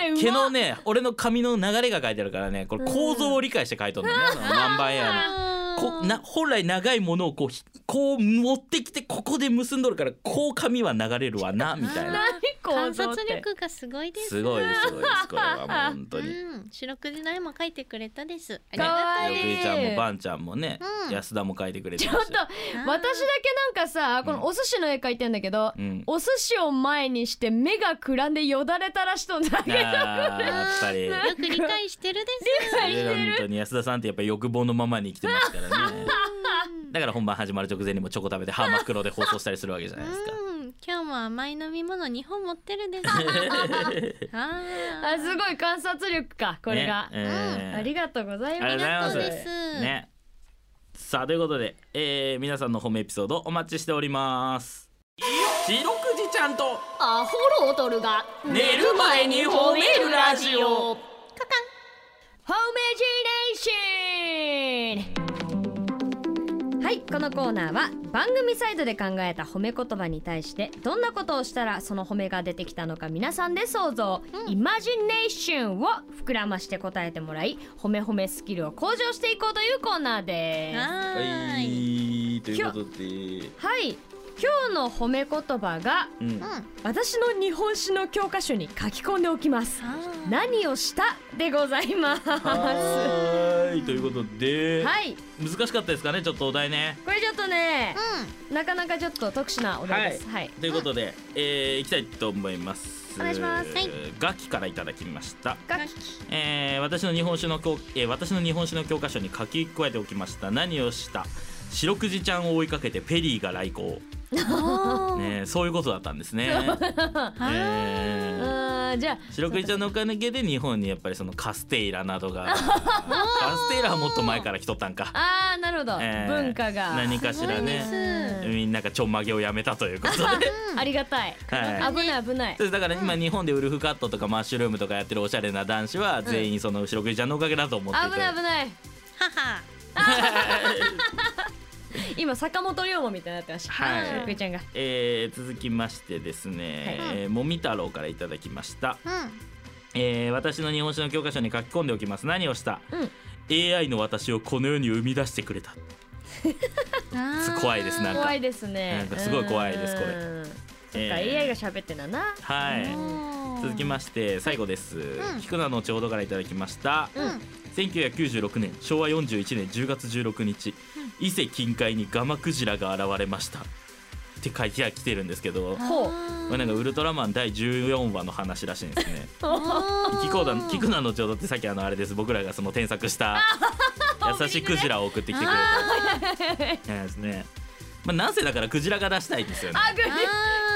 [SPEAKER 2] れうま
[SPEAKER 3] 毛のね俺の髪の流れが書いてあるからねこ れ構造を理解して書いとるんだよね、あのワンバンエアの。こな本来長いものをこうひこう持ってきてここで結んどるからこう髪は流れるわなみたいな
[SPEAKER 1] あ
[SPEAKER 2] 構
[SPEAKER 1] 観
[SPEAKER 2] 造っ
[SPEAKER 1] 察
[SPEAKER 2] て
[SPEAKER 1] 力がすごいです
[SPEAKER 3] すごいですすごいですこれはもう本当に。
[SPEAKER 1] うん、四六時の絵も描いてくれたですあり
[SPEAKER 2] か
[SPEAKER 1] が
[SPEAKER 2] わ
[SPEAKER 3] よく
[SPEAKER 2] い
[SPEAKER 3] い
[SPEAKER 2] い
[SPEAKER 3] ちゃんもばんちゃんもね、
[SPEAKER 1] うん
[SPEAKER 3] 安田も書いてくれて
[SPEAKER 2] ち
[SPEAKER 3] る
[SPEAKER 2] ょ
[SPEAKER 3] し
[SPEAKER 2] っと私だ
[SPEAKER 1] と
[SPEAKER 2] け
[SPEAKER 1] う
[SPEAKER 2] なんかさこのお寿司の絵描いてんだけど、
[SPEAKER 3] うん、
[SPEAKER 2] お寿司を前にして目がくらんでよだれ垂らしとんだ
[SPEAKER 3] あー
[SPEAKER 2] けど
[SPEAKER 3] やっぱり
[SPEAKER 1] あーよく理解してるです
[SPEAKER 2] 理解して
[SPEAKER 3] 本
[SPEAKER 2] る
[SPEAKER 3] 当に安田さんってやっぱり欲望のままに生きてますからねだから本番始まる直前にもチョコ食べて歯真っ黒で放送したりするわけじゃないですか
[SPEAKER 1] うん、今日も甘い飲み物二本持ってるですあ
[SPEAKER 2] あす
[SPEAKER 1] い
[SPEAKER 2] ごい観察力かこれが、
[SPEAKER 3] ねえー
[SPEAKER 2] ありがとうござい
[SPEAKER 3] あり
[SPEAKER 2] ま
[SPEAKER 3] がとうござ
[SPEAKER 1] そ
[SPEAKER 3] い
[SPEAKER 1] う
[SPEAKER 3] ま
[SPEAKER 1] ですす、
[SPEAKER 3] ねさあということで、えー皆さんの褒めエピソードお待ちしております白くじちゃんと
[SPEAKER 5] アホロートルが
[SPEAKER 3] 寝る前に褒めるラジオ
[SPEAKER 2] すホメジネーションはいこのコーナーは番組サイドで考えた褒め言葉に対してどんなことをしたらその褒めが出てきたのか皆さんで想像、イマジネーションを膨らまして答えてもらい褒め褒めスキルを向上していこうというコーナーです
[SPEAKER 1] は
[SPEAKER 3] は
[SPEAKER 1] ーい
[SPEAKER 3] いということで、
[SPEAKER 2] はい今日の褒め言葉が
[SPEAKER 3] うん
[SPEAKER 1] うん、、
[SPEAKER 2] 私の日本史の教科書に書き込んでおきます
[SPEAKER 1] あー
[SPEAKER 2] 何をしたでございますは
[SPEAKER 3] はー いということで、
[SPEAKER 2] い
[SPEAKER 3] 難しかったですかねちょっとお題ね
[SPEAKER 2] これちょっとね
[SPEAKER 1] うん
[SPEAKER 2] なかなかちょっと特殊なお題ですはい、
[SPEAKER 3] ということで、えー、いきたいと思います
[SPEAKER 2] お願いします
[SPEAKER 1] はい
[SPEAKER 3] ガキからいただきました、
[SPEAKER 2] 楽
[SPEAKER 3] えー、私の日本酒の教、えー、私の日本酒の教科書に書き加えておきました何をした白くじちゃんを追いかけてペリーが来航、
[SPEAKER 1] おー
[SPEAKER 3] ねー、そういうことだったんですね、えー
[SPEAKER 2] うんじゃあ
[SPEAKER 3] 白くじちゃんのおかげで日本にやっぱりそのカステイラなどが カステイラはもっと前から来とったんか
[SPEAKER 2] あーなるほど、
[SPEAKER 3] えー
[SPEAKER 2] 文化が
[SPEAKER 3] 何かしら
[SPEAKER 1] す
[SPEAKER 3] ね
[SPEAKER 1] ごい
[SPEAKER 2] うん
[SPEAKER 3] みんながちょんまげをやめたということで
[SPEAKER 2] ありがたい、
[SPEAKER 3] は
[SPEAKER 2] 危ない危ない
[SPEAKER 3] そうですだから今日本でウルフカットとかマッシュルームとかやってるおしゃれな男子は全員その白くじちゃんのおかげだと思ってい
[SPEAKER 2] 危
[SPEAKER 3] ただ
[SPEAKER 2] ないい
[SPEAKER 3] て
[SPEAKER 2] 危ない
[SPEAKER 1] 母
[SPEAKER 2] 今坂本龍馬みたいになってました
[SPEAKER 3] はい
[SPEAKER 2] しょっくりちゃんが
[SPEAKER 3] えー続きましてですね、えーもみ太郎からいただきました、
[SPEAKER 1] うん
[SPEAKER 3] えー私の日本史の教科書に書き込んでおきます何をした、
[SPEAKER 2] うん
[SPEAKER 3] AI の私をこの世に生み出してくれた
[SPEAKER 1] あー
[SPEAKER 3] 怖いですなんか
[SPEAKER 2] 怖いですね
[SPEAKER 3] なんかすごい怖いですこれ
[SPEAKER 2] うんそっか、
[SPEAKER 3] えー
[SPEAKER 2] AI が喋ってんだな
[SPEAKER 3] はい
[SPEAKER 1] おー
[SPEAKER 3] 続きまして最後です、
[SPEAKER 1] ん
[SPEAKER 3] 菊名のちょうどからいただきました、
[SPEAKER 1] うん
[SPEAKER 3] 1996年昭和41年10月16日、伊勢近海にガマクジラが現れましたって書いてきてるんですけど
[SPEAKER 1] あー
[SPEAKER 2] ほう
[SPEAKER 3] まあなんかウルトラマン第14話の話らしいんですね
[SPEAKER 1] おー
[SPEAKER 3] キコダキクナのちょうどってさっきあのあれです僕らがその添削 した優しいクジラを送ってきてくれたですねまあなんせだからクジラが出したいんですよね
[SPEAKER 2] あクジ
[SPEAKER 1] あー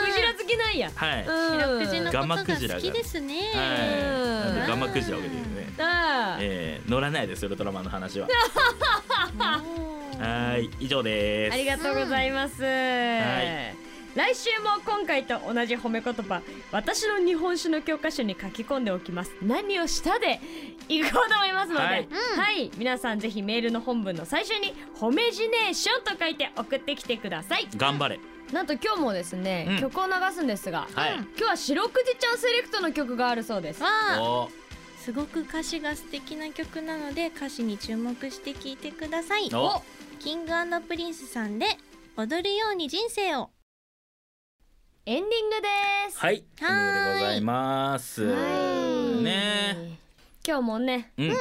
[SPEAKER 2] クジラ好きなんや
[SPEAKER 3] はい、はい
[SPEAKER 1] 白くじの
[SPEAKER 2] うん
[SPEAKER 1] こ
[SPEAKER 3] ガマ
[SPEAKER 1] と
[SPEAKER 3] クジラ
[SPEAKER 1] が
[SPEAKER 3] が
[SPEAKER 1] 好きですね
[SPEAKER 3] なんでガマクジラを送ってきてね
[SPEAKER 2] あー
[SPEAKER 3] えー乗らないですウルトラマンの話は
[SPEAKER 1] おー
[SPEAKER 3] はーい以上です
[SPEAKER 2] ありがとうございます、
[SPEAKER 3] い
[SPEAKER 2] 来週も今回と同じ褒め言葉私の日本酒の教科書に書き込んでおきます何をしたでいこうと思いますのでは
[SPEAKER 3] はい
[SPEAKER 2] い、皆さんぜひメールの本文の最初に褒めジネーションと書いて送ってきてください
[SPEAKER 3] 頑張れ
[SPEAKER 2] なんと今日もですね、
[SPEAKER 3] うん
[SPEAKER 2] 曲を流すんですが、
[SPEAKER 3] はい
[SPEAKER 2] 今日は白くじちゃんセレクトの曲があるそうです
[SPEAKER 1] わあ
[SPEAKER 3] お
[SPEAKER 1] すごく歌詞が素敵な曲なので歌詞に注目して聴いてください
[SPEAKER 3] おお
[SPEAKER 1] キングプリンスさんで踊るように人生を
[SPEAKER 2] エンディングです
[SPEAKER 3] はいとい
[SPEAKER 1] は
[SPEAKER 3] うこ
[SPEAKER 1] ーい
[SPEAKER 3] とでございます
[SPEAKER 2] はい
[SPEAKER 3] ね
[SPEAKER 2] 今日もね
[SPEAKER 3] うん、
[SPEAKER 2] は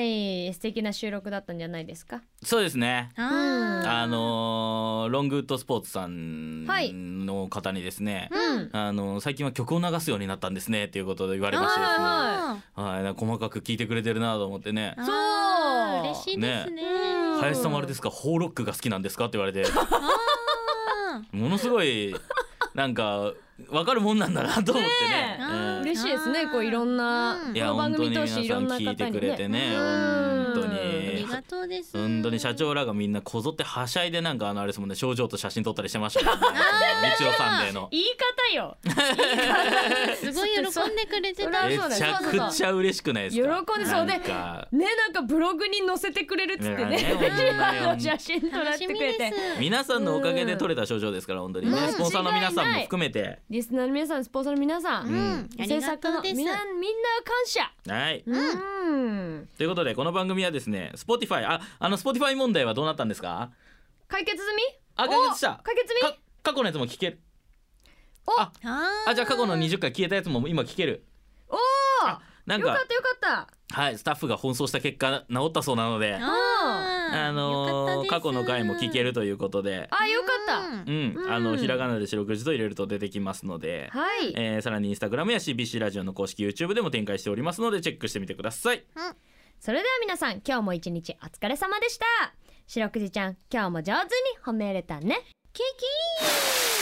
[SPEAKER 2] い素敵な収録だったんじゃないですか
[SPEAKER 3] そうですね
[SPEAKER 1] あ
[SPEAKER 3] あのーロングウッドスポーツさん
[SPEAKER 2] はい
[SPEAKER 3] の方にですね、
[SPEAKER 2] うん
[SPEAKER 3] あのー最近は曲を流すようになったんですねっていうことで言われましてですね
[SPEAKER 2] あ
[SPEAKER 3] はいなんか細かく聞いてくれてるなと思ってね
[SPEAKER 1] ー
[SPEAKER 2] そう
[SPEAKER 1] あー嬉しいですね
[SPEAKER 2] ね
[SPEAKER 3] 林さんもあれですかホーロックが好きなんですかって言われて ものすごいなんか分かるもんなんだなと思ってね
[SPEAKER 2] ねえ
[SPEAKER 3] うん
[SPEAKER 1] あー
[SPEAKER 2] 嬉しいですねこういろんな
[SPEAKER 1] うん
[SPEAKER 3] いや
[SPEAKER 2] この番
[SPEAKER 3] 本当に
[SPEAKER 2] 組通
[SPEAKER 3] 皆さ
[SPEAKER 2] し
[SPEAKER 3] ん
[SPEAKER 2] いろんな
[SPEAKER 3] 聞いて
[SPEAKER 2] 方に
[SPEAKER 3] くれてね
[SPEAKER 2] ね
[SPEAKER 3] 本当
[SPEAKER 1] あり
[SPEAKER 3] に
[SPEAKER 1] がとうです
[SPEAKER 3] 本当に社長らがみんなこぞってはしゃいでなんかあのあれですもんね症状と写真撮ったりしてましたもんね日曜サンデーの
[SPEAKER 2] 言い方よ
[SPEAKER 1] すごい喜んでくれて
[SPEAKER 2] そ
[SPEAKER 1] た
[SPEAKER 2] ら
[SPEAKER 3] め
[SPEAKER 2] そうだ
[SPEAKER 3] ちゃ
[SPEAKER 2] よ
[SPEAKER 3] くちゃ嬉しくないですか
[SPEAKER 2] 喜んでそうで
[SPEAKER 3] なんか
[SPEAKER 2] ねなんかブログに載せてくれるっつってね
[SPEAKER 3] ねほんまよ
[SPEAKER 2] あの写真撮ら
[SPEAKER 1] 楽し
[SPEAKER 2] せ
[SPEAKER 1] て
[SPEAKER 2] く
[SPEAKER 1] み
[SPEAKER 2] れ
[SPEAKER 1] で
[SPEAKER 2] て
[SPEAKER 1] す
[SPEAKER 3] 皆さんのおかげで撮れた症状ですから本当に
[SPEAKER 2] う
[SPEAKER 3] ね
[SPEAKER 2] ん
[SPEAKER 3] スポンサーの皆さんも含めて
[SPEAKER 2] リスナーの皆さんスポンサーの皆さ
[SPEAKER 1] うんんあ
[SPEAKER 2] 制
[SPEAKER 1] りが
[SPEAKER 2] 作
[SPEAKER 1] と
[SPEAKER 2] の
[SPEAKER 1] うで
[SPEAKER 2] み
[SPEAKER 1] す
[SPEAKER 2] んなみんな感謝
[SPEAKER 3] はい
[SPEAKER 2] うん
[SPEAKER 3] ということでこの番組はですね Spotify ああの Spotify 問題はどうなったんですか
[SPEAKER 2] 解決済み
[SPEAKER 3] あ解決した
[SPEAKER 2] お解決済み
[SPEAKER 3] か過去のやつも聞ける
[SPEAKER 2] お
[SPEAKER 3] あ
[SPEAKER 1] あー
[SPEAKER 3] あじゃあ過去の20回消えたやつも今聞ける
[SPEAKER 2] お
[SPEAKER 3] あなん
[SPEAKER 2] ーよか
[SPEAKER 3] か
[SPEAKER 2] ったよかった
[SPEAKER 3] はいスタッフが奔走した結果治ったそうなので
[SPEAKER 1] あー
[SPEAKER 3] あ
[SPEAKER 1] よかったで
[SPEAKER 3] のー
[SPEAKER 1] す
[SPEAKER 3] 過去の回も聞けるということで
[SPEAKER 2] あよかった
[SPEAKER 1] うん
[SPEAKER 3] うん、
[SPEAKER 2] うん
[SPEAKER 3] あのひらがなで四六時と入れると出てきますので、
[SPEAKER 2] はい、
[SPEAKER 3] えーさらにインスタグラムや CBC ラジオの公式 YouTube でも展開しておりますのでチェックしてみてください
[SPEAKER 2] それでは皆さん今日も一日お疲れ様でした白くじちゃん今日も上手に褒めれたねキキー